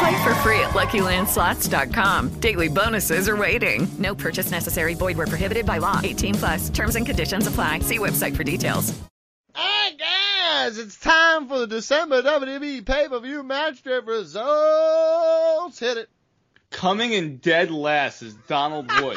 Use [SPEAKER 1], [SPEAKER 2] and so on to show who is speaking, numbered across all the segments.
[SPEAKER 1] Play for free at LuckyLandSlots.com. Daily bonuses are waiting. No purchase necessary. Void were prohibited by law. 18 plus. Terms and conditions apply. See website for details.
[SPEAKER 2] Alright, guys, it's time for the December WWE pay per view match strip results. Hit it.
[SPEAKER 3] Coming in dead last is Donald Wood.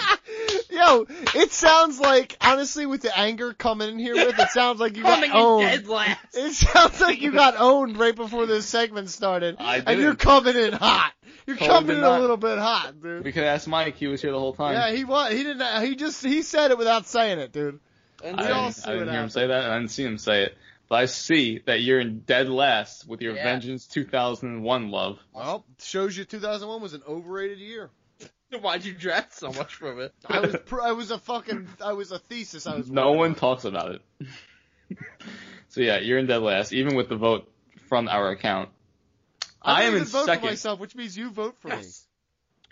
[SPEAKER 2] Yo, it sounds like, honestly, with the anger coming in here with, it sounds like you
[SPEAKER 3] Coming
[SPEAKER 2] got
[SPEAKER 3] in
[SPEAKER 2] owned.
[SPEAKER 3] dead last.
[SPEAKER 2] It sounds like you got owned right before this segment started.
[SPEAKER 3] I
[SPEAKER 2] And
[SPEAKER 3] did.
[SPEAKER 2] you're coming in hot. You're
[SPEAKER 3] Told
[SPEAKER 2] coming
[SPEAKER 3] him
[SPEAKER 2] in
[SPEAKER 3] not.
[SPEAKER 2] a little bit hot, dude.
[SPEAKER 3] We could ask Mike. He was here the whole time.
[SPEAKER 2] yeah, he was. He didn't. He just. He said it without saying it, dude. And we
[SPEAKER 3] I
[SPEAKER 2] all
[SPEAKER 3] didn't,
[SPEAKER 2] see
[SPEAKER 3] I
[SPEAKER 2] what
[SPEAKER 3] didn't hear him
[SPEAKER 2] happened.
[SPEAKER 3] say that, and I didn't see him say it. But I see that you're in dead last with your
[SPEAKER 4] Yeah.
[SPEAKER 3] Vengeance 2001 love.
[SPEAKER 2] Well, shows you 2001 was an overrated year.
[SPEAKER 4] Why'd you draft so much from it?
[SPEAKER 2] I was. Pr- I was a fucking. I was a thesis. I was.
[SPEAKER 3] No
[SPEAKER 2] working
[SPEAKER 3] one
[SPEAKER 2] on.
[SPEAKER 3] talks about it. so yeah, you're in dead last, even with the vote from our account.
[SPEAKER 2] I,
[SPEAKER 3] I
[SPEAKER 2] don't
[SPEAKER 3] am
[SPEAKER 2] even
[SPEAKER 3] in
[SPEAKER 2] vote
[SPEAKER 3] second.
[SPEAKER 2] for myself, which means you vote for me.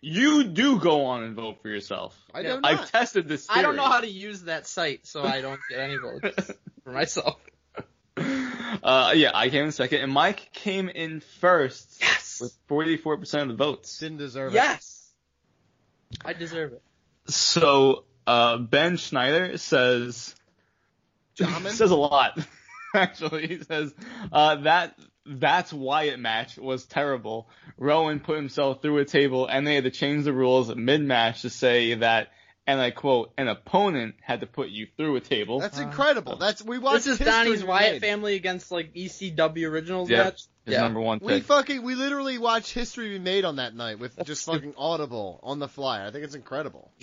[SPEAKER 3] You do go on and vote for yourself.
[SPEAKER 2] I
[SPEAKER 4] Yeah.
[SPEAKER 2] don't know.
[SPEAKER 3] I've tested this. Theory.
[SPEAKER 4] I don't know how to use that site, so I don't get any votes for myself.
[SPEAKER 3] Uh, yeah, I came in second, and Mike came in first
[SPEAKER 4] Yes.
[SPEAKER 3] with 44% of the votes.
[SPEAKER 2] Didn't deserve it.
[SPEAKER 4] Yes. I deserve it.
[SPEAKER 3] So uh, Ben Schneider says
[SPEAKER 2] Jamin?
[SPEAKER 3] says a lot. Actually, he says uh, that that's Wyatt match was terrible. Rowan put himself through a table, and they had to change the rules mid match to say that, and I quote, an opponent had to put you through a table.
[SPEAKER 2] That's incredible. That's we watched.
[SPEAKER 4] This is
[SPEAKER 2] history
[SPEAKER 4] Donnie's
[SPEAKER 2] be
[SPEAKER 4] Wyatt
[SPEAKER 2] made.
[SPEAKER 4] family against like ECW originals
[SPEAKER 3] Yeah,
[SPEAKER 4] match.
[SPEAKER 3] his number one
[SPEAKER 2] We
[SPEAKER 3] pick.
[SPEAKER 2] fucking we literally watched history be made on that night with just fucking audible on the fly. I think it's incredible.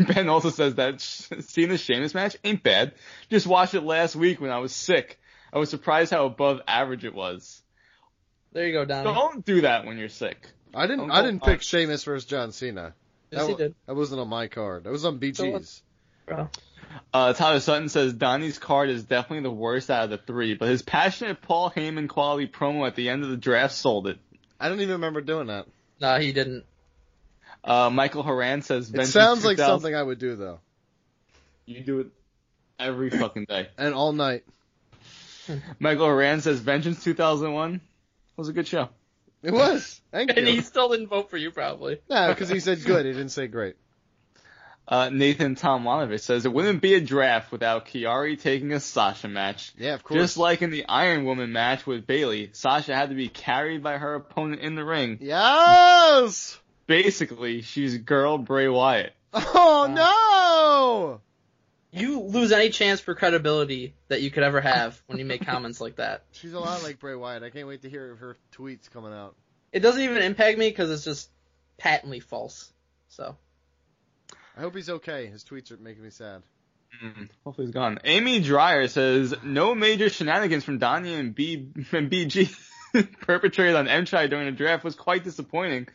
[SPEAKER 3] ben also says that seeing the Sheamus match ain't bad. Just watched it last week when I was sick. I was surprised how above average it was.
[SPEAKER 4] There you go, Donnie.
[SPEAKER 3] Don't do that when you're sick.
[SPEAKER 2] I didn't
[SPEAKER 3] Don't
[SPEAKER 2] I
[SPEAKER 3] go
[SPEAKER 2] didn't
[SPEAKER 3] on.
[SPEAKER 2] pick Sheamus versus John Cena.
[SPEAKER 4] yes,
[SPEAKER 2] that,
[SPEAKER 4] he
[SPEAKER 2] wa-
[SPEAKER 4] did.
[SPEAKER 2] That wasn't on my card. That was on BG's.
[SPEAKER 4] Bro.
[SPEAKER 3] Uh, Tyler Sutton says Donnie's card is definitely the worst out of the three, but his passionate Paul Heyman quality promo at the end of the draft sold it.
[SPEAKER 2] I don't even remember doing that.
[SPEAKER 4] No, he didn't.
[SPEAKER 3] Uh, Michael Horan says
[SPEAKER 2] It
[SPEAKER 3] Vengeance
[SPEAKER 2] sounds like
[SPEAKER 3] 2000
[SPEAKER 2] something I would do though.
[SPEAKER 3] you do it every fucking day.
[SPEAKER 2] And all night.
[SPEAKER 3] Michael Horan says Vengeance 2001 was a good show.
[SPEAKER 2] It was. Thank
[SPEAKER 4] And he
[SPEAKER 2] you.
[SPEAKER 4] still didn't vote for you, probably.
[SPEAKER 2] No, because he said good. He didn't say great.
[SPEAKER 3] Uh, Nathan Tomlanovich says it wouldn't be a draft without Kiari taking a Sasha match.
[SPEAKER 2] Yeah, of course.
[SPEAKER 3] Just like in the Iron Woman match with Bailey, Sasha had to be carried by her opponent in the ring.
[SPEAKER 2] Yes.
[SPEAKER 3] Basically, she's girl Bray Wyatt.
[SPEAKER 2] Uh, Oh no.
[SPEAKER 4] You lose any chance for credibility that you could ever have when you make comments like that.
[SPEAKER 2] She's a lot like Bray Wyatt. I can't wait to hear her tweets coming out.
[SPEAKER 4] It doesn't even impact me because it's just patently false. So
[SPEAKER 2] I hope he's okay. His tweets are making me sad.
[SPEAKER 3] Hopefully he's gone. Amy Dreyer says no major shenanigans from Donnie and, B- and BG perpetrated on M Chai during the draft was quite disappointing.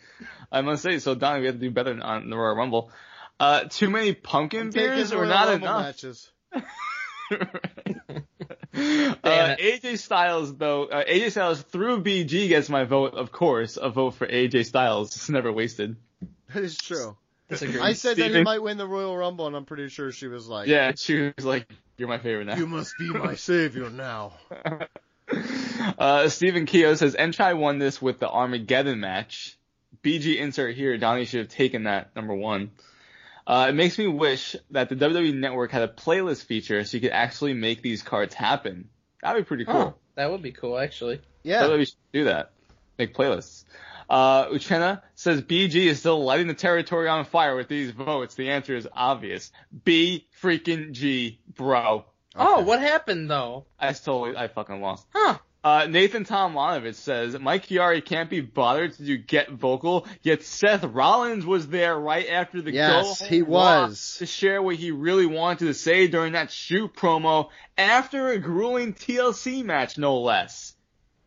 [SPEAKER 3] I must say, so Donnie, we have to do better on the Royal Rumble. Uh, too many pumpkin beers
[SPEAKER 2] Taking
[SPEAKER 3] or
[SPEAKER 2] Royal
[SPEAKER 3] not
[SPEAKER 2] Rumble
[SPEAKER 3] enough.
[SPEAKER 2] matches.
[SPEAKER 3] Uh,
[SPEAKER 4] Damn
[SPEAKER 3] AJ Uh, Styles though, uh, AJ Styles through BG gets my vote, of course. A vote for AJ Styles, it's never wasted.
[SPEAKER 2] That is true.
[SPEAKER 4] disagree.
[SPEAKER 2] I said that he
[SPEAKER 3] Steven.
[SPEAKER 2] might win the Royal Rumble, and I'm pretty sure she was like,
[SPEAKER 3] Yeah, she was like, "You're my favorite now."
[SPEAKER 2] You must be my savior now.
[SPEAKER 3] Uh, Stephen Keogh says Enchai won this with the Armageddon match. BG insert here. Donnie should have taken that number one. Uh, it makes me wish that the WWE Network had a playlist feature so you could actually make these cards happen.
[SPEAKER 4] Oh,
[SPEAKER 3] That'd be pretty cool. E
[SPEAKER 4] That would be cool, actually.
[SPEAKER 2] Yeah.
[SPEAKER 3] WWE should do that. Make playlists. Uh, Uchenna says BG is still lighting the territory on fire with these votes. The answer is obvious. B freaking G, bro.
[SPEAKER 4] Oh, what happened though?
[SPEAKER 3] I totally, I fucking lost.
[SPEAKER 4] Huh.
[SPEAKER 3] Uh, Nathan Tomlanovich says Mike Chiari can't be bothered to do get vocal, yet Seth Rollins was there right after the
[SPEAKER 2] Yes,
[SPEAKER 3] go
[SPEAKER 2] he
[SPEAKER 3] home walk
[SPEAKER 2] was.
[SPEAKER 3] to share what he really wanted to say during that shoot promo after a grueling TLC match, no less.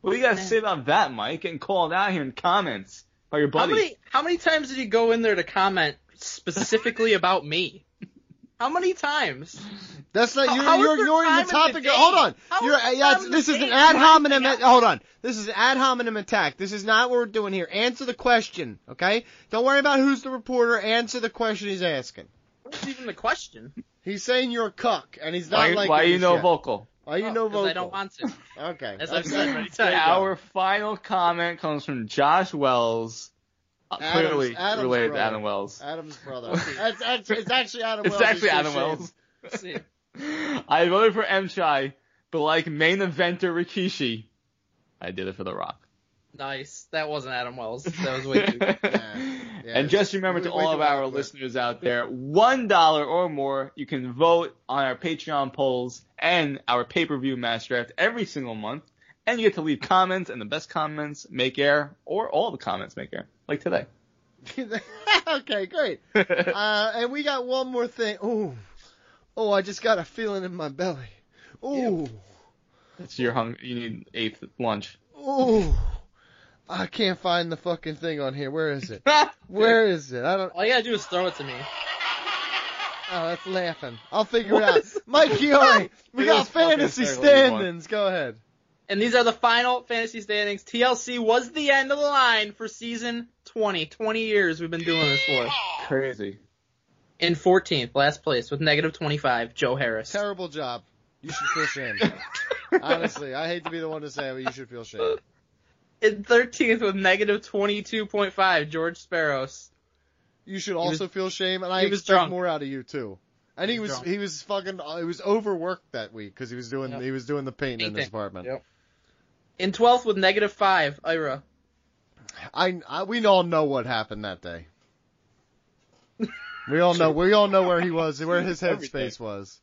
[SPEAKER 3] What do you got to say about that, Mike? And call it out here in comments by your
[SPEAKER 4] How
[SPEAKER 3] buddy.
[SPEAKER 4] many how many times did he go in there to comment specifically about me? How many times?
[SPEAKER 2] That's not.
[SPEAKER 4] How-
[SPEAKER 2] You're,
[SPEAKER 4] how is
[SPEAKER 2] you're
[SPEAKER 4] there
[SPEAKER 2] ignoring
[SPEAKER 4] time
[SPEAKER 2] the
[SPEAKER 4] in the
[SPEAKER 2] topic.
[SPEAKER 4] day?
[SPEAKER 2] hold on.
[SPEAKER 4] How
[SPEAKER 2] You're,
[SPEAKER 4] is there
[SPEAKER 2] yeah,
[SPEAKER 4] time in the
[SPEAKER 2] this is an
[SPEAKER 4] day
[SPEAKER 2] ad
[SPEAKER 4] for
[SPEAKER 2] hominem.
[SPEAKER 4] anything else?
[SPEAKER 2] Hold on. This is an ad hominem attack. This is not what we're doing here. Answer the question, okay? Don't worry about who's the reporter. Answer the question he's asking.
[SPEAKER 4] What's even the question?
[SPEAKER 2] He's saying you're a cuck, and he's not
[SPEAKER 3] Why,
[SPEAKER 2] like
[SPEAKER 3] why
[SPEAKER 2] this
[SPEAKER 3] you no
[SPEAKER 2] yet.
[SPEAKER 3] vocal?
[SPEAKER 2] Why you
[SPEAKER 4] Oh,
[SPEAKER 2] no
[SPEAKER 4] 'cause
[SPEAKER 2] vocal?
[SPEAKER 4] I don't want to.
[SPEAKER 2] Okay.
[SPEAKER 4] As I've
[SPEAKER 2] okay.
[SPEAKER 4] said many times.
[SPEAKER 3] Our final comment comes from Josh Wells, uh,
[SPEAKER 2] Adam's-
[SPEAKER 3] clearly
[SPEAKER 2] Adam's
[SPEAKER 3] related
[SPEAKER 2] brother.
[SPEAKER 3] to Adam Wells.
[SPEAKER 2] Adam's brother. That's, that's, it's actually Adam
[SPEAKER 3] It's
[SPEAKER 2] Wells.
[SPEAKER 3] actually
[SPEAKER 2] just
[SPEAKER 3] Adam
[SPEAKER 2] saying-
[SPEAKER 3] Wells. I voted for M Chai, but like main eventer Rikishi, I did it for The Rock.
[SPEAKER 4] Nice. That wasn't Adam Wells. That was way too.
[SPEAKER 2] Yeah,
[SPEAKER 3] and just remember
[SPEAKER 2] it's
[SPEAKER 3] to
[SPEAKER 2] way
[SPEAKER 3] all
[SPEAKER 2] too
[SPEAKER 3] of our
[SPEAKER 2] awkward.
[SPEAKER 3] listeners out there, one dollar or more, you can vote on our Patreon polls and our pay-per-view match draft every single month, and you get to leave comments, and the best comments make air, or all the comments make air, like today.
[SPEAKER 2] okay, great. Uh, and we got one more thing. Ooh. Oh, I just got a feeling in my belly. Ooh.
[SPEAKER 3] It's your hung. You need eighth lunch.
[SPEAKER 2] Ooh. I can't find the fucking thing on here. Where is it? Where is it? I don't.
[SPEAKER 4] All you gotta do is throw it to me.
[SPEAKER 2] Oh, that's laughing. I'll figure
[SPEAKER 3] What
[SPEAKER 2] it out.
[SPEAKER 3] is-
[SPEAKER 2] Mike Chiori, we
[SPEAKER 3] It
[SPEAKER 2] got
[SPEAKER 3] is fucking
[SPEAKER 2] fantasy
[SPEAKER 3] hysterical, you want.
[SPEAKER 2] standings. Go ahead.
[SPEAKER 4] And these are the final fantasy standings. TLC was the end of the line for season 20. 20 years we've been doing this for.
[SPEAKER 3] Crazy.
[SPEAKER 4] In 14th, last place with negative 25, Joe Harris.
[SPEAKER 2] Terrible job. You should feel shame. Honestly, I hate to be the one to say it, but you should feel shame.
[SPEAKER 4] In 13th with negative 22.5, George Sparrows.
[SPEAKER 2] You should also feel shame, and I
[SPEAKER 4] he was
[SPEAKER 2] expect
[SPEAKER 4] drunk.
[SPEAKER 2] more out of you too. And he
[SPEAKER 4] was
[SPEAKER 2] was
[SPEAKER 4] drunk.
[SPEAKER 2] he was fucking he was overworked that week because he was doing
[SPEAKER 4] Yep.
[SPEAKER 2] he was doing the painting in his
[SPEAKER 4] Painting.
[SPEAKER 2] apartment.
[SPEAKER 4] Yep. In 12th with negative 5, Ira.
[SPEAKER 2] I, I we all know what happened that day. we all know we all know where he was where his headspace was.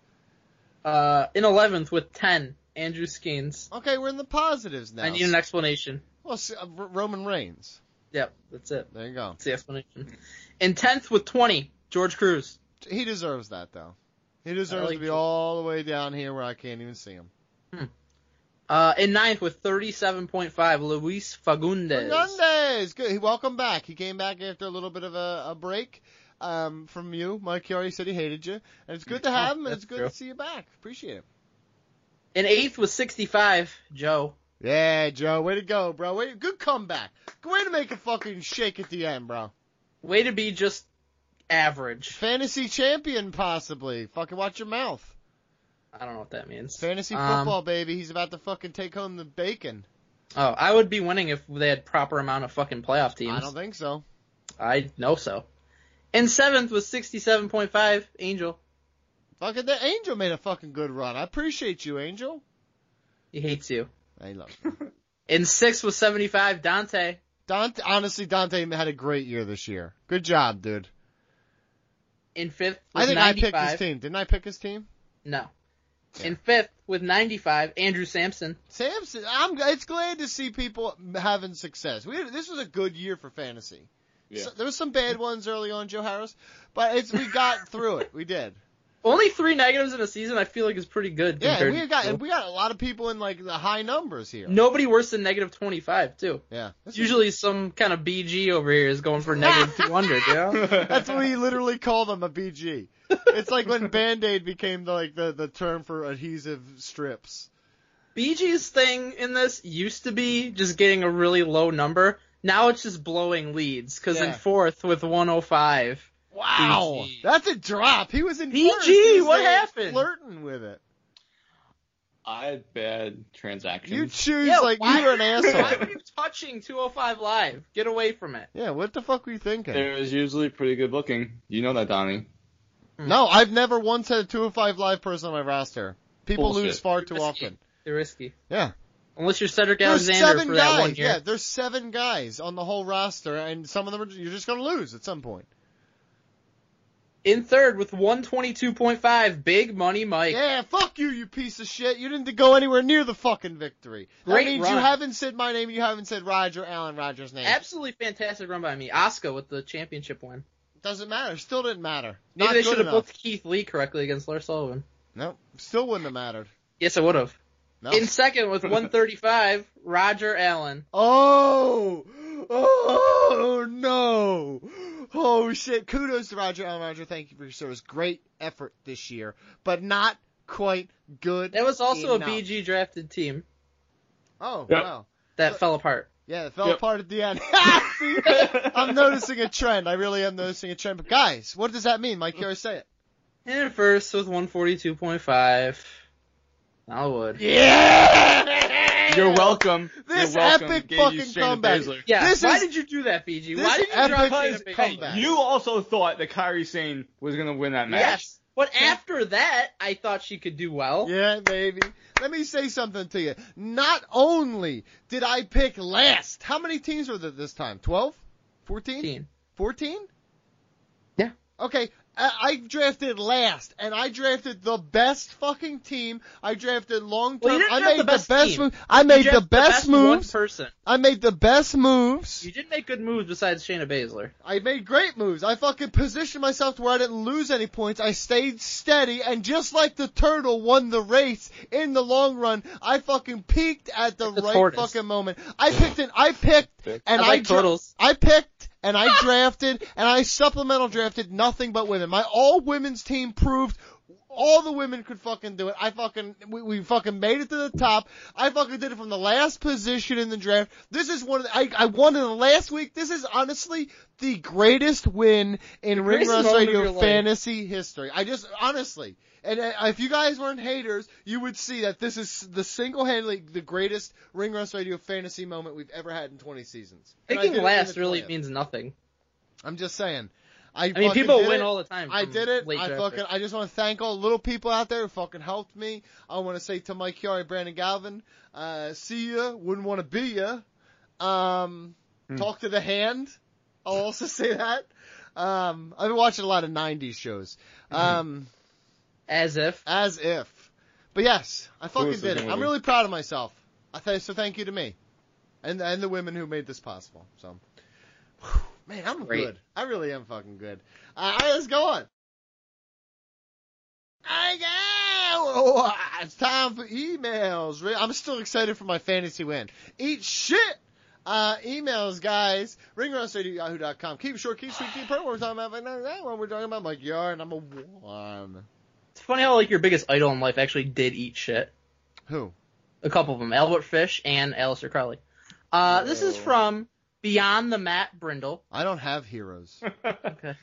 [SPEAKER 4] Uh, in 11th with 10, Andrew Skeens.
[SPEAKER 2] Okay, we're in the positives now.
[SPEAKER 4] I need an explanation.
[SPEAKER 2] well, s- uh, R- Roman Reigns.
[SPEAKER 4] Yep, that's it.
[SPEAKER 2] There you go.
[SPEAKER 4] That's the explanation. In 10th with 20, George Cruz.
[SPEAKER 2] He deserves that though. He deserves
[SPEAKER 4] like
[SPEAKER 2] to be
[SPEAKER 4] it.
[SPEAKER 2] all the way down here where I can't even see him.
[SPEAKER 4] Uh, in ninth with 37.5, Luis Fagundes.
[SPEAKER 2] Fernandez, good. He welcome back. He came back after a little bit of a, a break um, from you. Mike Chiari said he hated you, and it's good to have him. And it's
[SPEAKER 4] That's
[SPEAKER 2] good
[SPEAKER 4] true.
[SPEAKER 2] to see you back. Appreciate it.
[SPEAKER 4] In eighth was 65, Joe.
[SPEAKER 2] Yeah, Joe, way to go, bro. Way, good comeback. Good Way to make a fucking shake at the end, bro.
[SPEAKER 4] Way to be just average.
[SPEAKER 2] Fantasy champion, possibly. Fucking watch your mouth.
[SPEAKER 4] I don't know what that means.
[SPEAKER 2] Fantasy
[SPEAKER 4] Um,
[SPEAKER 2] football, baby. He's about to fucking take home the bacon.
[SPEAKER 4] Oh, I would be winning if they had proper amount of fucking playoff teams.
[SPEAKER 2] I don't think so.
[SPEAKER 4] I know so. In seventh was 67.5, Angel.
[SPEAKER 2] Fucking the Angel made a fucking good run. I appreciate you, Angel.
[SPEAKER 4] He hates you.
[SPEAKER 2] I love you.
[SPEAKER 4] In sixth was 75, Dante.
[SPEAKER 2] Dante, honestly, Dante had a great year this year. Good job, dude.
[SPEAKER 4] In fifth was
[SPEAKER 2] I think I
[SPEAKER 4] 95.
[SPEAKER 2] picked his team. Didn't I pick his team?
[SPEAKER 4] No. In fifth with 95, Andrew Sampson.
[SPEAKER 2] Samson, I'm. It's glad to see people having success. We, this was a good year for fantasy. So- there was some bad ones early on, Joe Harris, but it's we got through it. We did.
[SPEAKER 4] Only three negatives in a season I feel like is pretty good.
[SPEAKER 2] Yeah,
[SPEAKER 4] compared
[SPEAKER 2] and we
[SPEAKER 4] to
[SPEAKER 2] got
[SPEAKER 4] Joe.
[SPEAKER 2] and we got a lot of people in like the high numbers here.
[SPEAKER 4] Nobody worse than negative 25, too.
[SPEAKER 2] Yeah, This is-
[SPEAKER 4] Usually some kind of BG over here is going for negative 200, you know?
[SPEAKER 2] that's what we literally call them a BG. It's like when Band Aid became the, like the the term for adhesive strips.
[SPEAKER 4] BG's thing in this used to be just getting a really low number. Now it's just blowing leads, because in
[SPEAKER 2] Yeah.
[SPEAKER 4] fourth with 105.
[SPEAKER 2] Wow,
[SPEAKER 4] BG.
[SPEAKER 2] that's a drop. He was in
[SPEAKER 4] BG,
[SPEAKER 2] first. He was
[SPEAKER 4] what
[SPEAKER 2] there
[SPEAKER 4] happened?
[SPEAKER 2] Flirting with it.
[SPEAKER 3] I had bad transactions.
[SPEAKER 2] You choose
[SPEAKER 4] Yeah,
[SPEAKER 2] like
[SPEAKER 4] why-
[SPEAKER 2] you were an
[SPEAKER 4] Why
[SPEAKER 2] asshole.
[SPEAKER 4] are you touching 205 live? Get away from it.
[SPEAKER 2] yeah, what the fuck were you thinking?
[SPEAKER 3] There is usually pretty good looking. You know that, Donnie.
[SPEAKER 2] No, I've never oh once had a two or five live person on my roster. People
[SPEAKER 3] Bullshit.
[SPEAKER 2] lose far too
[SPEAKER 4] Risky.
[SPEAKER 2] often.
[SPEAKER 4] They're risky.
[SPEAKER 2] Yeah.
[SPEAKER 4] Unless you're Cedric
[SPEAKER 2] There's
[SPEAKER 4] Alexander
[SPEAKER 2] seven
[SPEAKER 4] for that one
[SPEAKER 2] guys.
[SPEAKER 4] year.
[SPEAKER 2] Yeah, there's seven guys on the whole roster, and some of them are, you're just going to lose at some point.
[SPEAKER 4] In third with 122.5, Big Money Mike.
[SPEAKER 2] Yeah, fuck you, you piece of shit. You didn't go anywhere near the fucking victory.
[SPEAKER 4] Great
[SPEAKER 2] that means you
[SPEAKER 4] run.
[SPEAKER 2] haven't said my name. You haven't said Roger Allen Rogers' name.
[SPEAKER 4] Absolutely fantastic run by me. Oscar with the championship win.
[SPEAKER 2] Doesn't matter. Still didn't matter.
[SPEAKER 4] Maybe
[SPEAKER 2] Not
[SPEAKER 4] they
[SPEAKER 2] good
[SPEAKER 4] should have
[SPEAKER 2] enough.
[SPEAKER 4] booked Keith Lee correctly against Lars Sullivan.
[SPEAKER 2] Nope. Still wouldn't have mattered.
[SPEAKER 4] Yes, I would have.
[SPEAKER 2] No.
[SPEAKER 4] In second with 135, Roger Allen.
[SPEAKER 2] Oh, oh no! Oh shit! Kudos to Roger Allen. Roger, thank you for your service. Great effort this year, but not quite good.
[SPEAKER 4] That was also
[SPEAKER 2] enough.
[SPEAKER 4] a BG drafted team
[SPEAKER 2] Oh
[SPEAKER 3] Yep.
[SPEAKER 2] wow!
[SPEAKER 4] that fell apart.
[SPEAKER 2] Yeah, it fell
[SPEAKER 3] Yep.
[SPEAKER 2] apart at the end. See? I'm noticing a trend. I really am noticing a trend. But guys, what does that mean? Mike, you always say it.
[SPEAKER 4] And in first with 142.5, Alwood.
[SPEAKER 2] Yeah!
[SPEAKER 3] You're welcome.
[SPEAKER 2] This
[SPEAKER 3] You're welcome.
[SPEAKER 2] epic
[SPEAKER 3] Gave you
[SPEAKER 2] fucking
[SPEAKER 3] Shayna
[SPEAKER 2] comeback.
[SPEAKER 3] Baszler.
[SPEAKER 4] Yeah,
[SPEAKER 2] This
[SPEAKER 4] why
[SPEAKER 2] is-
[SPEAKER 4] did you do that, BG?
[SPEAKER 2] this
[SPEAKER 4] Why did you
[SPEAKER 2] epic
[SPEAKER 4] drop
[SPEAKER 2] is
[SPEAKER 4] Shayna Baszler?
[SPEAKER 2] comeback.
[SPEAKER 3] You also thought that Kyrie Sane was gonna win that match.
[SPEAKER 4] Yes, but after that, I thought she could do well.
[SPEAKER 2] Yeah, baby. Let me say something to you. Not only did I pick last, how many teams were there this time? 12? 14?
[SPEAKER 4] 15.
[SPEAKER 2] 14?
[SPEAKER 4] Yeah.
[SPEAKER 2] Okay, I, I drafted last, and I drafted the best fucking team. I drafted long
[SPEAKER 4] Well,
[SPEAKER 2] term.
[SPEAKER 4] you didn't
[SPEAKER 2] I
[SPEAKER 4] draft
[SPEAKER 2] made
[SPEAKER 4] the best team.
[SPEAKER 2] move. I
[SPEAKER 4] You
[SPEAKER 2] made the
[SPEAKER 4] drafted
[SPEAKER 2] best
[SPEAKER 4] one
[SPEAKER 2] moves.
[SPEAKER 4] person.
[SPEAKER 2] I made the best moves.
[SPEAKER 4] You didn't make good moves besides Shayna Baszler.
[SPEAKER 2] I made great moves. I fucking positioned myself to where I didn't lose any points. I stayed steady, and just like the turtle won the race in the long run, I fucking peaked at the,
[SPEAKER 4] Like the
[SPEAKER 2] right
[SPEAKER 4] tortoise.
[SPEAKER 2] fucking moment. I picked and I picked and
[SPEAKER 4] I
[SPEAKER 2] I,
[SPEAKER 4] like
[SPEAKER 2] dra-
[SPEAKER 4] turtles.
[SPEAKER 2] I picked and I drafted and I supplemental drafted nothing but women. My all women's team proved all the women could fucking do it. I fucking we, we fucking made it to the top. I fucking did it from the last position in the draft. This is one of the, I I won in the last week. This is honestly the greatest win in Ring
[SPEAKER 4] greatest
[SPEAKER 2] Rust
[SPEAKER 4] moment of
[SPEAKER 2] Radio
[SPEAKER 4] your life.
[SPEAKER 2] fantasy history. I just honestly, and uh, if you guys weren't haters, you would see that this is the single-handedly the greatest Ring Rust Radio fantasy moment we've ever had in 20 seasons. And I did
[SPEAKER 4] Picking
[SPEAKER 2] it in
[SPEAKER 4] last
[SPEAKER 2] the
[SPEAKER 4] really
[SPEAKER 2] 20th.
[SPEAKER 4] means nothing.
[SPEAKER 2] I'm just saying. I,
[SPEAKER 4] I mean,
[SPEAKER 2] fucking
[SPEAKER 4] people
[SPEAKER 2] did
[SPEAKER 4] win
[SPEAKER 2] it.
[SPEAKER 4] all the time.
[SPEAKER 2] I
[SPEAKER 4] from
[SPEAKER 2] did it.
[SPEAKER 4] late
[SPEAKER 2] I
[SPEAKER 4] draft
[SPEAKER 2] fucking.
[SPEAKER 4] picks.
[SPEAKER 2] I just want to thank all the little people out there who fucking helped me. I want to say to Mike Chiari, Brandon Galvin, uh, see ya. Wouldn't want to be ya. Um, talk to the hand. I'll also say that. Um, I've been watching a lot of '90s shows. Um,
[SPEAKER 4] As if.
[SPEAKER 2] as if. But yes, I fucking
[SPEAKER 3] was the
[SPEAKER 2] did it.
[SPEAKER 3] movie?
[SPEAKER 2] I'm really proud of myself. I th- so thank you to me, and and the women who made this possible. So, Whew, man, I'm
[SPEAKER 4] Great.
[SPEAKER 2] good. I really am fucking good. Uh, all right, let's go on. I go. Oh, it's time for emails. Re- I'm still excited for my fantasy win. Eat shit. Uh, emails, guys. Ringroundradio.yahoo.com. Keep it short, keep sweet, keep purple. We're talking about right now. That one we're talking about Mike Yard, number one.
[SPEAKER 4] It's funny how like your biggest idol in life actually did eat shit.
[SPEAKER 2] Who?
[SPEAKER 4] A couple of them, Albert Fish and Alistair Crowley. Uh, this is from Beyond the Mat Brindle.
[SPEAKER 2] I don't have heroes.
[SPEAKER 4] Okay.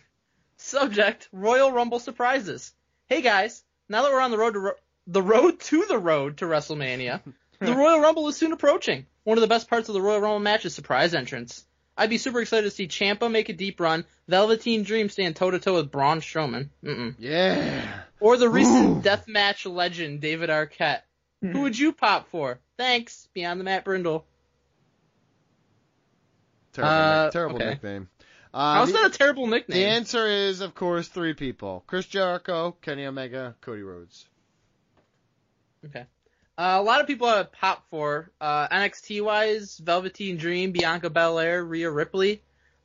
[SPEAKER 4] Subject: Royal Rumble surprises. Hey guys, now that we're on the road to ro- the road to the road to WrestleMania, the Royal Rumble is soon approaching. One of the best parts of the Royal Rumble match is surprise entrance. I'd be super excited to see Champa make a deep run, Velveteen Dream stand toe to toe with Braun Strowman, Mm-mm.
[SPEAKER 2] yeah.
[SPEAKER 4] or the recent deathmatch legend David Arquette. Who would you pop for? Thanks, Beyond the Matt Brindle.
[SPEAKER 2] Terrible,
[SPEAKER 4] Uh,
[SPEAKER 2] nick- terrible
[SPEAKER 4] okay.
[SPEAKER 2] nickname.
[SPEAKER 4] How's
[SPEAKER 2] Uh, the,
[SPEAKER 4] that a terrible nickname?
[SPEAKER 2] the answer is, of course, three people: Chris Jericho, Kenny Omega, Cody Rhodes.
[SPEAKER 4] Okay. Uh, a lot of people have pop for uh, NXT wise, Velveteen Dream, Bianca Belair, Rhea Ripley,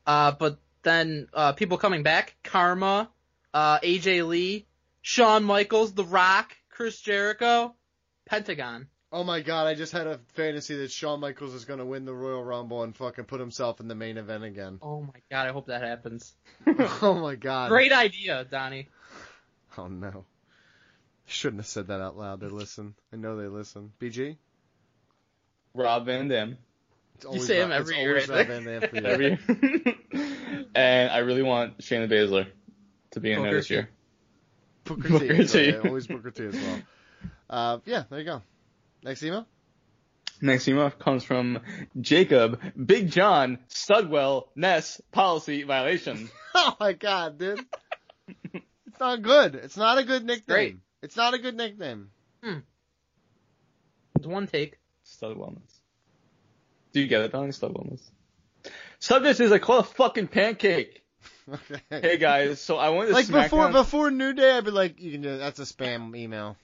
[SPEAKER 4] uh, but then uh, people coming back, Karma, uh, AJ Lee, Shawn Michaels, The Rock, Chris Jericho, Pentagon.
[SPEAKER 2] Oh my God! I just had a fantasy that Shawn Michaels is going to win the Royal Rumble and fucking put himself in the main event again.
[SPEAKER 4] Oh my god, I hope that happens.
[SPEAKER 2] oh my God!
[SPEAKER 4] Great idea, Donnie.
[SPEAKER 2] Oh no! Shouldn't have said that out loud. They listen. I know they listen. BG.
[SPEAKER 3] Rob Van Dam.
[SPEAKER 2] It's always
[SPEAKER 4] say
[SPEAKER 2] Rob-
[SPEAKER 4] him every
[SPEAKER 2] it's
[SPEAKER 4] year,
[SPEAKER 2] always
[SPEAKER 4] I think.
[SPEAKER 2] Rob Van Dam for you.
[SPEAKER 3] Every and I really want Shayna Baszler to be in there
[SPEAKER 4] Booker
[SPEAKER 3] this year.
[SPEAKER 2] Booker,
[SPEAKER 3] Booker
[SPEAKER 2] T. is
[SPEAKER 3] T.
[SPEAKER 2] right. Always Booker T. as well. Uh, yeah, there you go. Next email.
[SPEAKER 3] Next email comes from Jacob Big John Studwell Ness policy violation.
[SPEAKER 2] Oh my god, dude. It's not good. It's not a good nickname.
[SPEAKER 4] Great.
[SPEAKER 2] It's not a good nickname.
[SPEAKER 4] It's one take.
[SPEAKER 3] Stud wellness. Do you get it, Donnie? Stud wellness. Subject is I call a fucking pancake.
[SPEAKER 2] Okay.
[SPEAKER 3] Hey guys, so I wanted to
[SPEAKER 2] Like
[SPEAKER 3] smack
[SPEAKER 2] before,
[SPEAKER 3] down-
[SPEAKER 2] before New Day, I'd be like, you can do that's a spam email.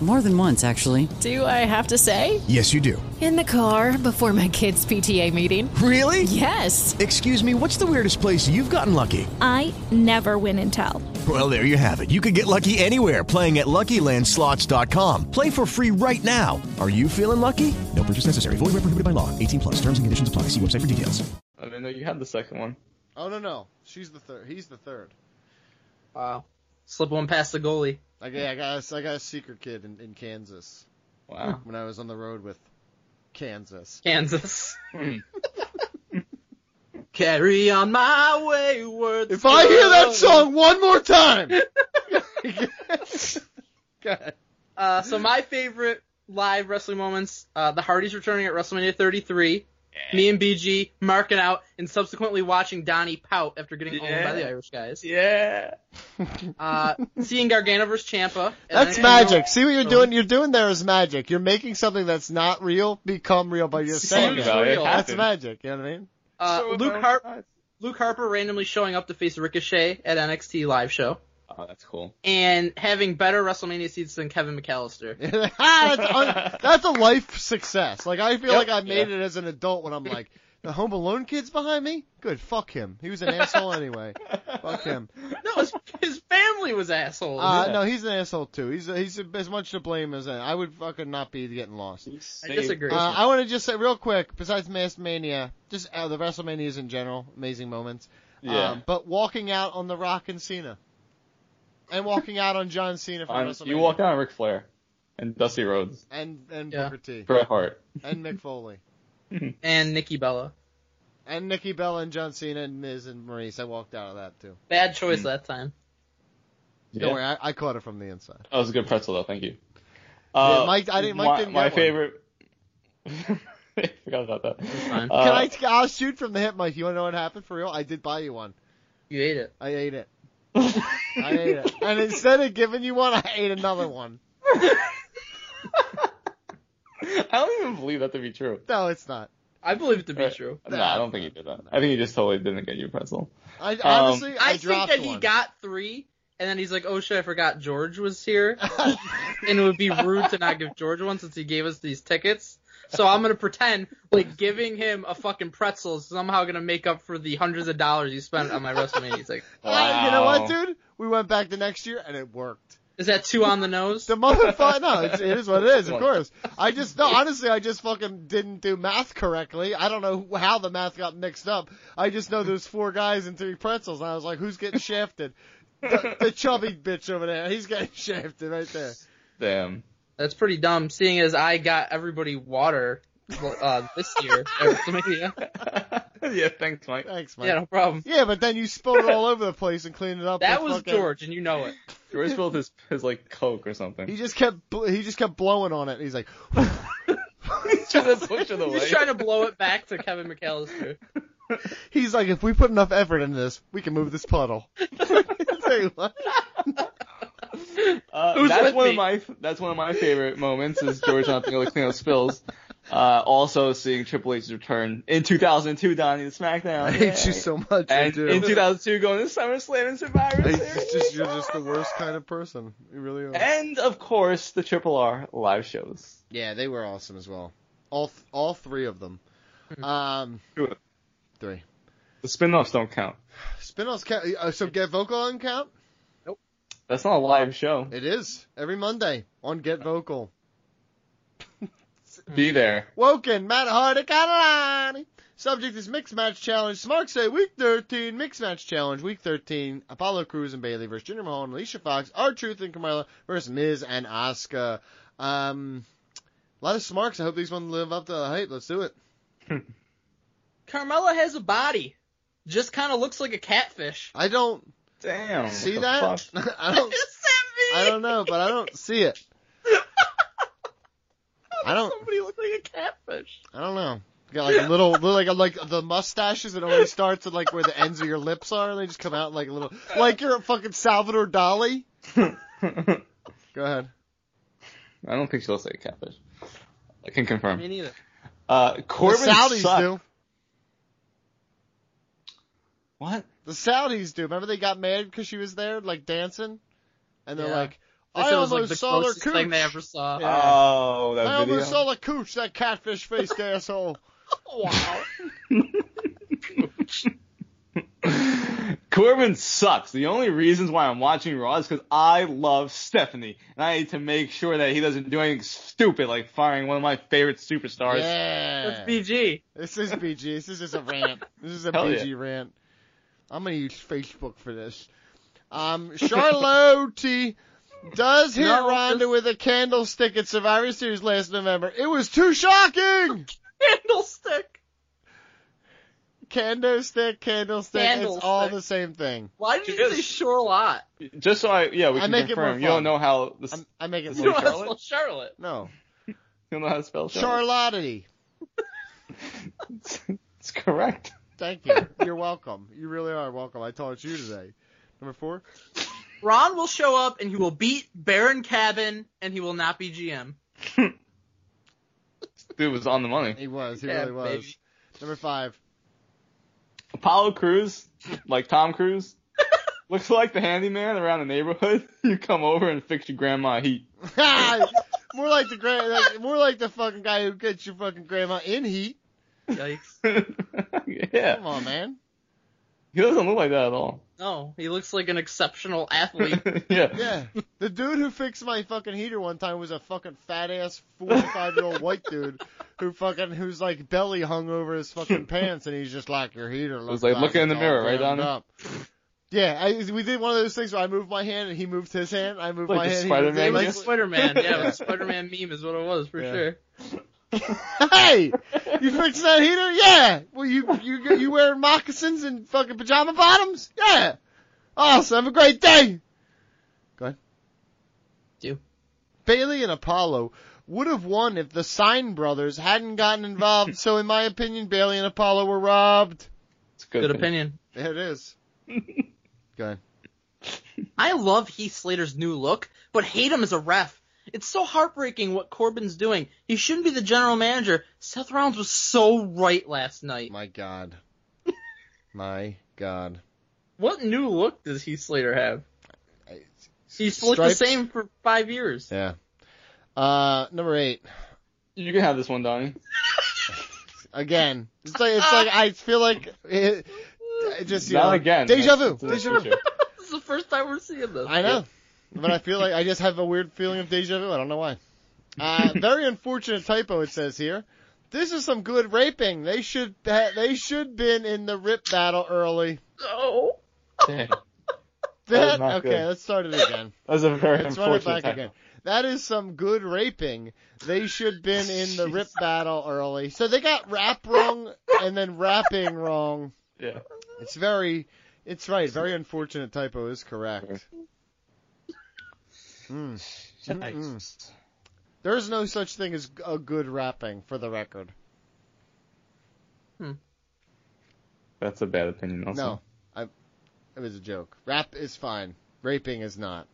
[SPEAKER 5] More than once, actually.
[SPEAKER 1] Do I have to say?
[SPEAKER 5] Yes, you do.
[SPEAKER 1] In the car before my kids' PTA meeting.
[SPEAKER 5] Really?
[SPEAKER 1] Yes.
[SPEAKER 5] Excuse me, what's the weirdest place you've gotten lucky?
[SPEAKER 6] I never win and tell.
[SPEAKER 5] Well, there you have it. You can get lucky anywhere playing at LuckyLandSlots.com. Play for free right now. Are you feeling lucky? No purchase necessary. Void where prohibited by law. 18 plus. Terms and conditions apply. See website for details.
[SPEAKER 3] I didn't know you had the second one.
[SPEAKER 2] Oh no, no, she's the third. He's the third.
[SPEAKER 4] Wow. Slip one past the goalie.
[SPEAKER 2] I, yeah, I got a, I got a secret kid in, in Kansas
[SPEAKER 3] Wow.
[SPEAKER 2] when I was on the road with Kansas.
[SPEAKER 4] Kansas.
[SPEAKER 2] Hmm.
[SPEAKER 4] Carry on my wayward.
[SPEAKER 2] If I hear
[SPEAKER 3] Oh.
[SPEAKER 2] that
[SPEAKER 4] soul.
[SPEAKER 2] song one more time, God.
[SPEAKER 4] Uh, so my favorite live wrestling moments: uh, the Hardys returning at WrestleMania 33. Me and BG marking out and subsequently watching Donnie pout after getting owned by
[SPEAKER 3] Yeah.
[SPEAKER 4] the Irish guys.
[SPEAKER 3] Yeah.
[SPEAKER 4] Uh, seeing Gargano versus Champa.
[SPEAKER 2] that's magic. See what you're doing? You're doing there is magic. You're making something that's not real become real by just saying
[SPEAKER 3] Talk
[SPEAKER 2] it.
[SPEAKER 3] about it.
[SPEAKER 4] surreal.
[SPEAKER 3] It
[SPEAKER 2] That's
[SPEAKER 3] happened.
[SPEAKER 2] magic. You know what I mean?
[SPEAKER 4] Uh,
[SPEAKER 3] So
[SPEAKER 4] Luke,
[SPEAKER 3] about-
[SPEAKER 4] Har- Luke Harper randomly showing up to face Ricochet at NXT live show
[SPEAKER 3] Oh, that's cool.
[SPEAKER 4] and having better WrestleMania seats than Kevin McAllister.
[SPEAKER 2] Ah, that's, un- that's a life success. Like I feel
[SPEAKER 3] Yep.
[SPEAKER 2] like I made it as an adult when I'm like, the Home Alone kid's behind me. Good, fuck him. He was an asshole anyway. Fuck him.
[SPEAKER 4] no, his, his family was assholes.
[SPEAKER 2] Uh, no, he's an asshole too. He's he's as much to blame as I. I would fucking not be getting lost.
[SPEAKER 4] I disagree.
[SPEAKER 2] Uh, I want to just say real quick. Besides Mask Mania, just uh, the WrestleManias in general, amazing moments.
[SPEAKER 3] Yeah.
[SPEAKER 2] Um,
[SPEAKER 4] Um,
[SPEAKER 2] but walking out on The Rock and Cena, and walking out on John Cena from
[SPEAKER 3] On-
[SPEAKER 2] WrestleMania,
[SPEAKER 3] you walked out on Ric Flair and Dusty Rhodes,
[SPEAKER 2] and and
[SPEAKER 4] Yeah.
[SPEAKER 2] Booker T,
[SPEAKER 3] Bret Hart.
[SPEAKER 2] and Mick Foley,
[SPEAKER 4] and Nikki Bella.
[SPEAKER 2] and Nikki Bella and John Cena and Miz and Maurice. I walked out of that too.
[SPEAKER 4] Bad
[SPEAKER 2] Hmm.
[SPEAKER 4] choice that time.
[SPEAKER 2] Don't
[SPEAKER 3] Yeah.
[SPEAKER 2] worry, I, I caught it from the inside.
[SPEAKER 3] That was a good pretzel though. Thank you. Uh,
[SPEAKER 2] Yeah, Mike- I didn't- Mike
[SPEAKER 3] my,
[SPEAKER 2] didn't
[SPEAKER 3] my
[SPEAKER 2] get one.
[SPEAKER 3] favorite. I forgot about that.
[SPEAKER 4] fine.
[SPEAKER 3] Uh,
[SPEAKER 2] Can I? I'll shoot from the hip, Mike. You want to know what happened for real? I did buy you one.
[SPEAKER 4] You ate it.
[SPEAKER 2] I ate it. I ate it. And instead of giving you one, I ate another one.
[SPEAKER 3] I don't even believe that to be true.
[SPEAKER 2] No, it's not.
[SPEAKER 4] I believe it to be
[SPEAKER 2] Uh,
[SPEAKER 4] true.
[SPEAKER 3] No, I don't think he did that. I think he just totally didn't get you a pretzel.
[SPEAKER 2] I
[SPEAKER 3] Um,
[SPEAKER 2] honestly, I,
[SPEAKER 4] I, think
[SPEAKER 2] dropped
[SPEAKER 4] that he
[SPEAKER 2] one.
[SPEAKER 4] got three, and then he's like, "Oh shit, I forgot George was here," and it would be rude to not give George one since he gave us these tickets. So I'm gonna pretend like giving him a fucking pretzel is somehow gonna make up for the hundreds of dollars you spent on my WrestleMania. Like,
[SPEAKER 2] Uh, you know
[SPEAKER 3] Wow.
[SPEAKER 2] what, dude? We went back the next year and it worked.
[SPEAKER 4] is that two on the nose?
[SPEAKER 2] The motherfucker. No, it's, it is what it is. Of course. I just no. Honestly, I just fucking didn't do math correctly. I don't know how the math got mixed up. I just know there's four guys and three pretzels, and I was like, who's getting shafted? The, the chubby bitch over there. He's getting shafted right there.
[SPEAKER 3] Damn.
[SPEAKER 4] That's pretty dumb, seeing as I got everybody water uh, this year at WrestleMania.
[SPEAKER 3] yeah, thanks, Mike.
[SPEAKER 2] Thanks, Mike.
[SPEAKER 4] Yeah, no problem.
[SPEAKER 2] Yeah, but then you spilled it all over the place and cleaned it up.
[SPEAKER 4] That
[SPEAKER 2] with
[SPEAKER 4] was
[SPEAKER 2] fucking-
[SPEAKER 4] George, and you know it.
[SPEAKER 3] George spilled his, his like Coke or something.
[SPEAKER 2] He just kept bl- he just kept blowing on it. He's like,
[SPEAKER 3] He's trying to push it away.
[SPEAKER 4] He's trying to blow it back to Kevin McAllister.
[SPEAKER 2] he's like, if we put enough effort into this, we can move this puddle. It's like, what?
[SPEAKER 3] Uh,
[SPEAKER 4] Who's
[SPEAKER 3] that's
[SPEAKER 4] with
[SPEAKER 3] one
[SPEAKER 4] me?
[SPEAKER 3] of my that's one of my favorite moments is George not being able to clean up spills. Uh, also seeing Triple H's return in 2002, Donnie the SmackDown.
[SPEAKER 2] I hate you so much. I
[SPEAKER 3] And
[SPEAKER 2] do.
[SPEAKER 3] in 2002, going to SummerSlam and Survivor
[SPEAKER 2] It's
[SPEAKER 3] Series.
[SPEAKER 2] just- you're just the worst kind of person. You really are.
[SPEAKER 3] And of course, the Triple R live shows.
[SPEAKER 2] Yeah, they were awesome as well. All th- all three of them. Um,
[SPEAKER 3] Two.
[SPEAKER 2] three.
[SPEAKER 3] The spin-offs don't count.
[SPEAKER 2] Spinoffs count. Uh, so get vocal on count.
[SPEAKER 3] That's not a live show.
[SPEAKER 2] It is every Monday on Get Vocal. Hmm.
[SPEAKER 3] Be there.
[SPEAKER 2] Woken, Matt Hardy, Catalani. Subject is mixed match challenge. Smart say week 13, mixed match challenge. Week 13, Apollo Cruz and Bailey versus Jinder Mahal and Alicia Fox. Our Truth and Carmella versus Miz and Asuka. Um, a lot of smarks. I hope these ones live up to the hype. Let's do it.
[SPEAKER 4] Carmella has a body. Just kind of looks like a catfish.
[SPEAKER 2] I don't
[SPEAKER 3] Damn. what
[SPEAKER 2] see
[SPEAKER 3] the
[SPEAKER 2] that.
[SPEAKER 3] fuck?
[SPEAKER 2] I don't.
[SPEAKER 4] Just sent me.
[SPEAKER 2] I don't know, but I don't see it. I don't.
[SPEAKER 4] Somebody looks like a catfish.
[SPEAKER 2] I don't know. You got like a little, little- like like the mustaches that only starts at like where the ends of your lips are, and they just come out like a little, like you're a fucking Salvador Dali. Go ahead.
[SPEAKER 3] I don't think she looks like a catfish. I can confirm.
[SPEAKER 4] Me neither.
[SPEAKER 3] Uh, Corbin
[SPEAKER 2] the Saudis
[SPEAKER 3] sucked.
[SPEAKER 2] do.
[SPEAKER 3] What?
[SPEAKER 2] The Saudis do. Remember they got mad because she was there, like dancing, and they're
[SPEAKER 4] Yeah.
[SPEAKER 2] like,
[SPEAKER 4] They
[SPEAKER 2] I
[SPEAKER 4] said it was
[SPEAKER 2] almost
[SPEAKER 4] like the
[SPEAKER 2] saw her
[SPEAKER 4] grossest
[SPEAKER 2] cooch.
[SPEAKER 4] thing they ever saw.
[SPEAKER 2] Yeah.
[SPEAKER 3] Oh, that
[SPEAKER 2] I
[SPEAKER 3] video.
[SPEAKER 2] almost saw the cooch, that catfish faced asshole.
[SPEAKER 4] Wow.
[SPEAKER 3] Corbin sucks. The only reasons why I'm watching Raw is because I love Stephanie, and I need to make sure that he doesn't do anything stupid like firing one of my favorite superstars.
[SPEAKER 2] Yeah.
[SPEAKER 4] That's BG.
[SPEAKER 2] This is BG. This is just a rant. This is a
[SPEAKER 3] Hell
[SPEAKER 2] BG rant. I'm gonna use Facebook for this. Um, Charlotte does hit
[SPEAKER 4] No,
[SPEAKER 2] Ronda
[SPEAKER 4] this-
[SPEAKER 2] with a candlestick at Survivor Series last November. It was too shocking.
[SPEAKER 4] Candlestick.
[SPEAKER 2] Candlestick, candlestick,
[SPEAKER 4] Candlestick.
[SPEAKER 2] it's all the same thing.
[SPEAKER 4] Why did you
[SPEAKER 3] Yes.
[SPEAKER 4] say Charlotte?
[SPEAKER 3] Just so I, yeah, we
[SPEAKER 2] I
[SPEAKER 3] can
[SPEAKER 2] make it more
[SPEAKER 3] confirm. You
[SPEAKER 2] fun.
[SPEAKER 3] don't know how this,
[SPEAKER 2] I'm, I make it
[SPEAKER 4] You
[SPEAKER 3] Is
[SPEAKER 4] know
[SPEAKER 3] it
[SPEAKER 4] how
[SPEAKER 2] look
[SPEAKER 3] Charlotte?
[SPEAKER 4] to spell Charlotte.
[SPEAKER 2] no
[SPEAKER 3] you don't know how to spell Charlotte.
[SPEAKER 2] Charlotte.
[SPEAKER 3] it's correct.
[SPEAKER 2] Thank you. You're welcome. You really are welcome. I taught you today. Number four.
[SPEAKER 4] Ron will show up and he will beat Baron Cabin and he will not be GM.
[SPEAKER 3] Dude was on the money.
[SPEAKER 2] He was. He
[SPEAKER 4] Yeah,
[SPEAKER 2] really was.
[SPEAKER 4] baby.
[SPEAKER 2] Number five.
[SPEAKER 3] Apollo Cruz, like Tom Cruise, looks like the handyman around the neighborhood. You come over and fix your grandma heat.
[SPEAKER 2] more like the grand, like, more like the fucking guy who gets your fucking grandma in heat.
[SPEAKER 4] Yikes.
[SPEAKER 2] Come
[SPEAKER 3] yeah,
[SPEAKER 2] on, man.
[SPEAKER 3] he doesn't look like that at all.
[SPEAKER 4] No, he looks like an exceptional athlete.
[SPEAKER 3] yeah.
[SPEAKER 2] Yeah, the dude who fixed my fucking heater one time was a fucking fat ass forty-five year old white dude who fucking who's like belly hung over his fucking pants, and he's just like your heater. Looks
[SPEAKER 3] like looking in the
[SPEAKER 2] it's
[SPEAKER 3] mirror,
[SPEAKER 2] all
[SPEAKER 3] right,
[SPEAKER 2] jammed
[SPEAKER 3] Donna?
[SPEAKER 2] up." Yeah, I, we did one of those things where I moved my hand and he moved his hand. I moved
[SPEAKER 3] Like
[SPEAKER 2] my
[SPEAKER 3] the
[SPEAKER 2] hand.
[SPEAKER 3] Spider-Man
[SPEAKER 2] He
[SPEAKER 4] Like
[SPEAKER 2] moved his-
[SPEAKER 4] Spider Man, yeah, like Spider Man meme is what it was for
[SPEAKER 2] Yeah.
[SPEAKER 4] sure.
[SPEAKER 2] hey, you fixing that heater? Yeah. Well, you you you wearing moccasins and fucking pajama bottoms? Yeah. Awesome. Have a great day. Go ahead.
[SPEAKER 4] Do.
[SPEAKER 2] Bailey and Apollo would have won if the Sign Brothers hadn't gotten involved. so, in my opinion, Bailey and Apollo were robbed.
[SPEAKER 3] It's a good,
[SPEAKER 4] Good
[SPEAKER 3] thing.
[SPEAKER 4] opinion.
[SPEAKER 2] There it is. Go ahead.
[SPEAKER 4] I love Heath Slater's new look, but hate him as a ref. It's so heartbreaking what Corbin's doing. He shouldn't be the general manager. Seth Rollins was so right last night.
[SPEAKER 2] My God. My God.
[SPEAKER 4] What new look does Heath Slater have?
[SPEAKER 2] I-
[SPEAKER 4] He's looked
[SPEAKER 2] Stripes?
[SPEAKER 4] the same for five years.
[SPEAKER 2] Yeah. Uh, number eight.
[SPEAKER 3] You can have this one, Donnie.
[SPEAKER 2] again. It's like it's like I feel like it, I just you
[SPEAKER 3] Not
[SPEAKER 2] know,
[SPEAKER 3] again.
[SPEAKER 2] Deja
[SPEAKER 3] That's-
[SPEAKER 2] vu.
[SPEAKER 3] that's
[SPEAKER 2] Deja
[SPEAKER 3] the
[SPEAKER 2] vu.
[SPEAKER 3] future.
[SPEAKER 4] This is the first time we're seeing this.
[SPEAKER 2] I know, but I feel like I just have a weird feeling of deja vu. I don't know why. Uh, very unfortunate typo. It says here. This is some good raping. They should ha- they should been in the rip battle early.
[SPEAKER 4] No.
[SPEAKER 3] Damn. That was
[SPEAKER 2] That
[SPEAKER 3] not
[SPEAKER 2] okay.
[SPEAKER 3] good.
[SPEAKER 2] Let's start it again.
[SPEAKER 3] That's a very
[SPEAKER 2] Let's run it
[SPEAKER 3] unfortunate
[SPEAKER 2] back
[SPEAKER 3] title.
[SPEAKER 2] again. That is some good raping. They should been in the rip battle early. So they got rap wrong and then rapping wrong.
[SPEAKER 3] Yeah.
[SPEAKER 2] It's very, it's right. Very unfortunate typo is correct. Mm. Mm-mm. There's no such thing as a good rapping, for the record.
[SPEAKER 3] That's a bad opinion. Also.
[SPEAKER 2] No, I, it was a joke. Rap is fine. Raping is not.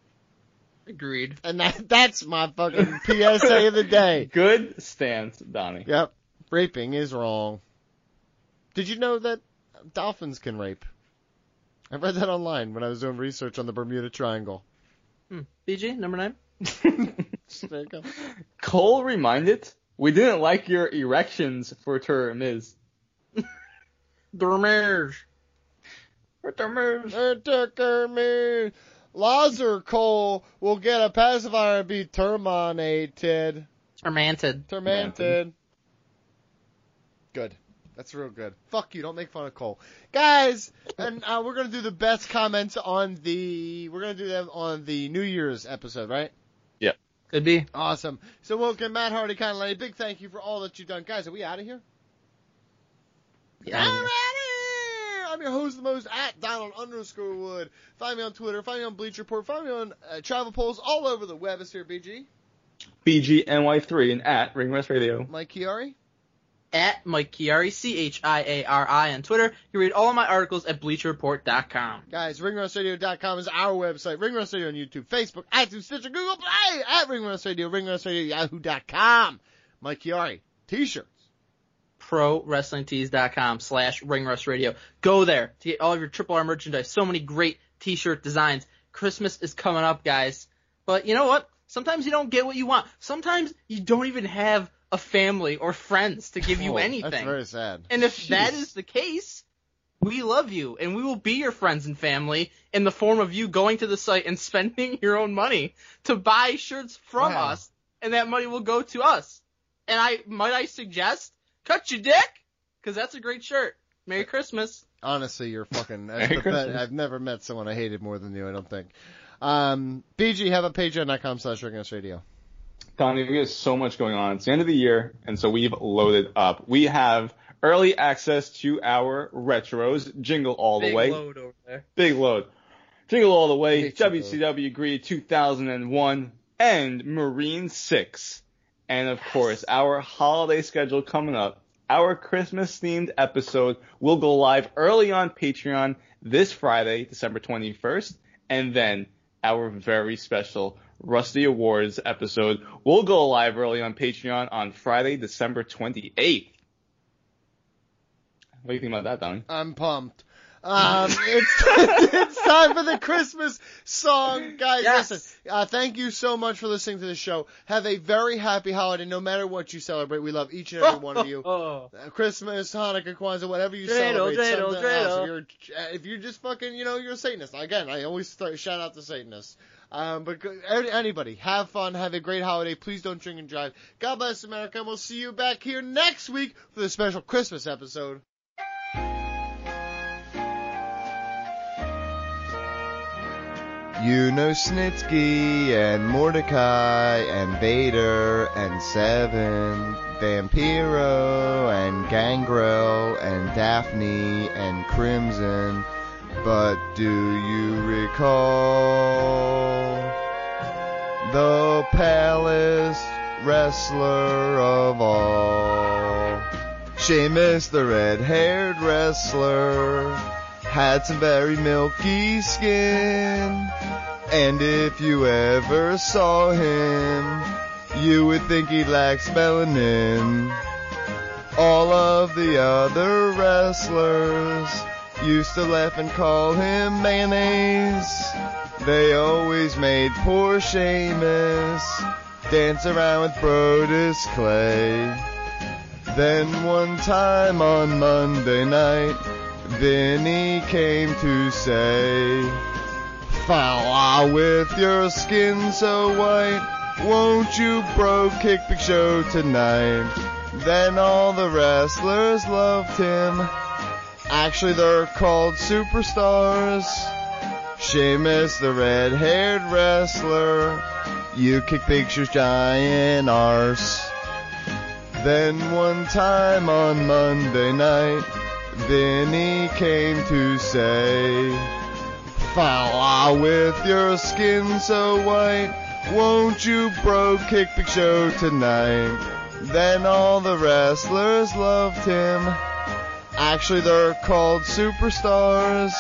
[SPEAKER 4] Agreed.
[SPEAKER 2] And that, that's my fucking PSA of the day.
[SPEAKER 3] Good stance, Donnie.
[SPEAKER 2] Yep. Raping is wrong. Did you know that dolphins can rape? I read that online when I was doing research on the Bermuda Triangle.
[SPEAKER 4] Hmm. BG, number nine.
[SPEAKER 2] There you go.
[SPEAKER 3] Cole reminded, we didn't like your erections for Tur Miz.
[SPEAKER 4] Dermage.
[SPEAKER 2] Uh, Tucker, me. Lazar Cole will get a pacifier and be terminated.
[SPEAKER 4] Tormented.
[SPEAKER 2] Tormented. Good. That's real good. Fuck you. Don't make fun of Cole. Guys, and uh, we're going to do the best comments on the. We're going to do them on the New Year's episode, right?
[SPEAKER 4] Could be.
[SPEAKER 2] Awesome. So, welcome, Matt Hardy, Conley. Big thank you for all that you've done. Guys, are we out of here?
[SPEAKER 4] Yeah.
[SPEAKER 2] I'm your host, the most at Donald underscore Wood. Find me on Twitter. Find me on Bleach Report. Find me on uh, travel polls all over the web. It's here, BG.
[SPEAKER 3] BGNY3 and at Ring Rest Radio.
[SPEAKER 2] Mike Chiari.
[SPEAKER 4] At Mike Chiari, C H I A R I on Twitter. You can read all of my articles at BleachReport.com.
[SPEAKER 2] Guys, ringrustradio.com is our website. Ring Rust Radio on YouTube, Facebook, iTunes, Stitcher, Google Play, at Ring Rust Radio, Ring Rust Radio, Yahoo.com. Mike Chiari, t-shirts.
[SPEAKER 4] ProWrestlingTees.com slash Ringrust Radio. Go there to get all of your Triple R merchandise. So many great t-shirt designs. Christmas is coming up, guys. But you know what? Sometimes you don't get what you want. Sometimes you don't even have a family or friends to give you
[SPEAKER 2] Oh,
[SPEAKER 4] anything.
[SPEAKER 2] That's very sad.
[SPEAKER 4] And if that
[SPEAKER 2] Jeez.
[SPEAKER 4] is the case, we love you and we will be your friends and family in the form of you going to the site and spending your own money to buy shirts from
[SPEAKER 2] Wow.
[SPEAKER 4] us and that money will go to us. And I might I suggest cut your dick cuz that's a great shirt. Merry Christmas.
[SPEAKER 2] Honestly, you're fucking. That's
[SPEAKER 3] Merry
[SPEAKER 2] pathetic.
[SPEAKER 3] Christmas.
[SPEAKER 2] I've never met someone I hated more than you. I don't think. Um, BG, have a patreon.com slash Ringrush Radio.
[SPEAKER 3] Donnie, we have so much going on. It's the end of the year, and so we've loaded up. We have early access to our retros, jingle all the
[SPEAKER 4] Big
[SPEAKER 3] way,
[SPEAKER 4] load over there.
[SPEAKER 3] big load, jingle all the way,
[SPEAKER 2] Big load.
[SPEAKER 3] WCW Greed 2001, and Marine Six, and of course our holiday schedule coming up. Our Christmas themed episode will go live early on Patreon this Friday, December 21st, and then our very special Rusty Awards episode will go live early on Patreon on Friday, December 28th. What do you think about that, Donnie?
[SPEAKER 2] I'm pumped. Um, it's, it's time for the Christmas song, guys.
[SPEAKER 4] Yes.
[SPEAKER 2] Listen, uh, thank you so much for listening to the show. Have a very happy holiday, no matter what you celebrate. We love each and every one of you.
[SPEAKER 4] Oh.
[SPEAKER 2] Uh, Christmas, Hanukkah, Kwanzaa, whatever you
[SPEAKER 4] Dreidel,
[SPEAKER 2] celebrate.
[SPEAKER 4] dreidel,
[SPEAKER 2] something else.
[SPEAKER 4] dreidel.
[SPEAKER 2] If you're, uh, if you're just fucking, you know, you're a Satanist. Again, I always start, shout out to Satanists. Um, but go- any- anybody, have fun, have a great holiday. Please don't drink and drive. God bless America, and we'll see you back here next week for the special Christmas episode. You know Snitsky and Mordecai and Vader and Seven, Vampiro and Gangrel and Daphne and Crimson, but do you recall the palest wrestler of all? Sheamus, the red-haired wrestler, had some very milky skin. And if you ever saw him, you would think he lacks melanin. All of the other wrestlers used to laugh and call him mayonnaise. They always made poor Seamus dance around with Brodus Clay. Then one time on Monday night, Vinny came to say, Foul ah, with your skin so white, won't you bro kick Big Show tonight? Then all the wrestlers loved him. Actually, they're called superstars. Sheamus, the red-haired wrestler, you kick Big Show's giant arse. Then one time on Monday night, Vinny came to say, Fala with your skin so white, won't you bro kick Big Show tonight? Then all the wrestlers loved him. Actually, they're called superstars.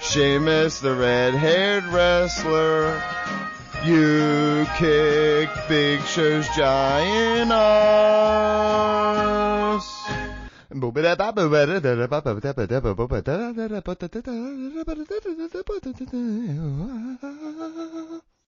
[SPEAKER 2] Sheamus, the red-haired wrestler. You kick Big Show's giant arse.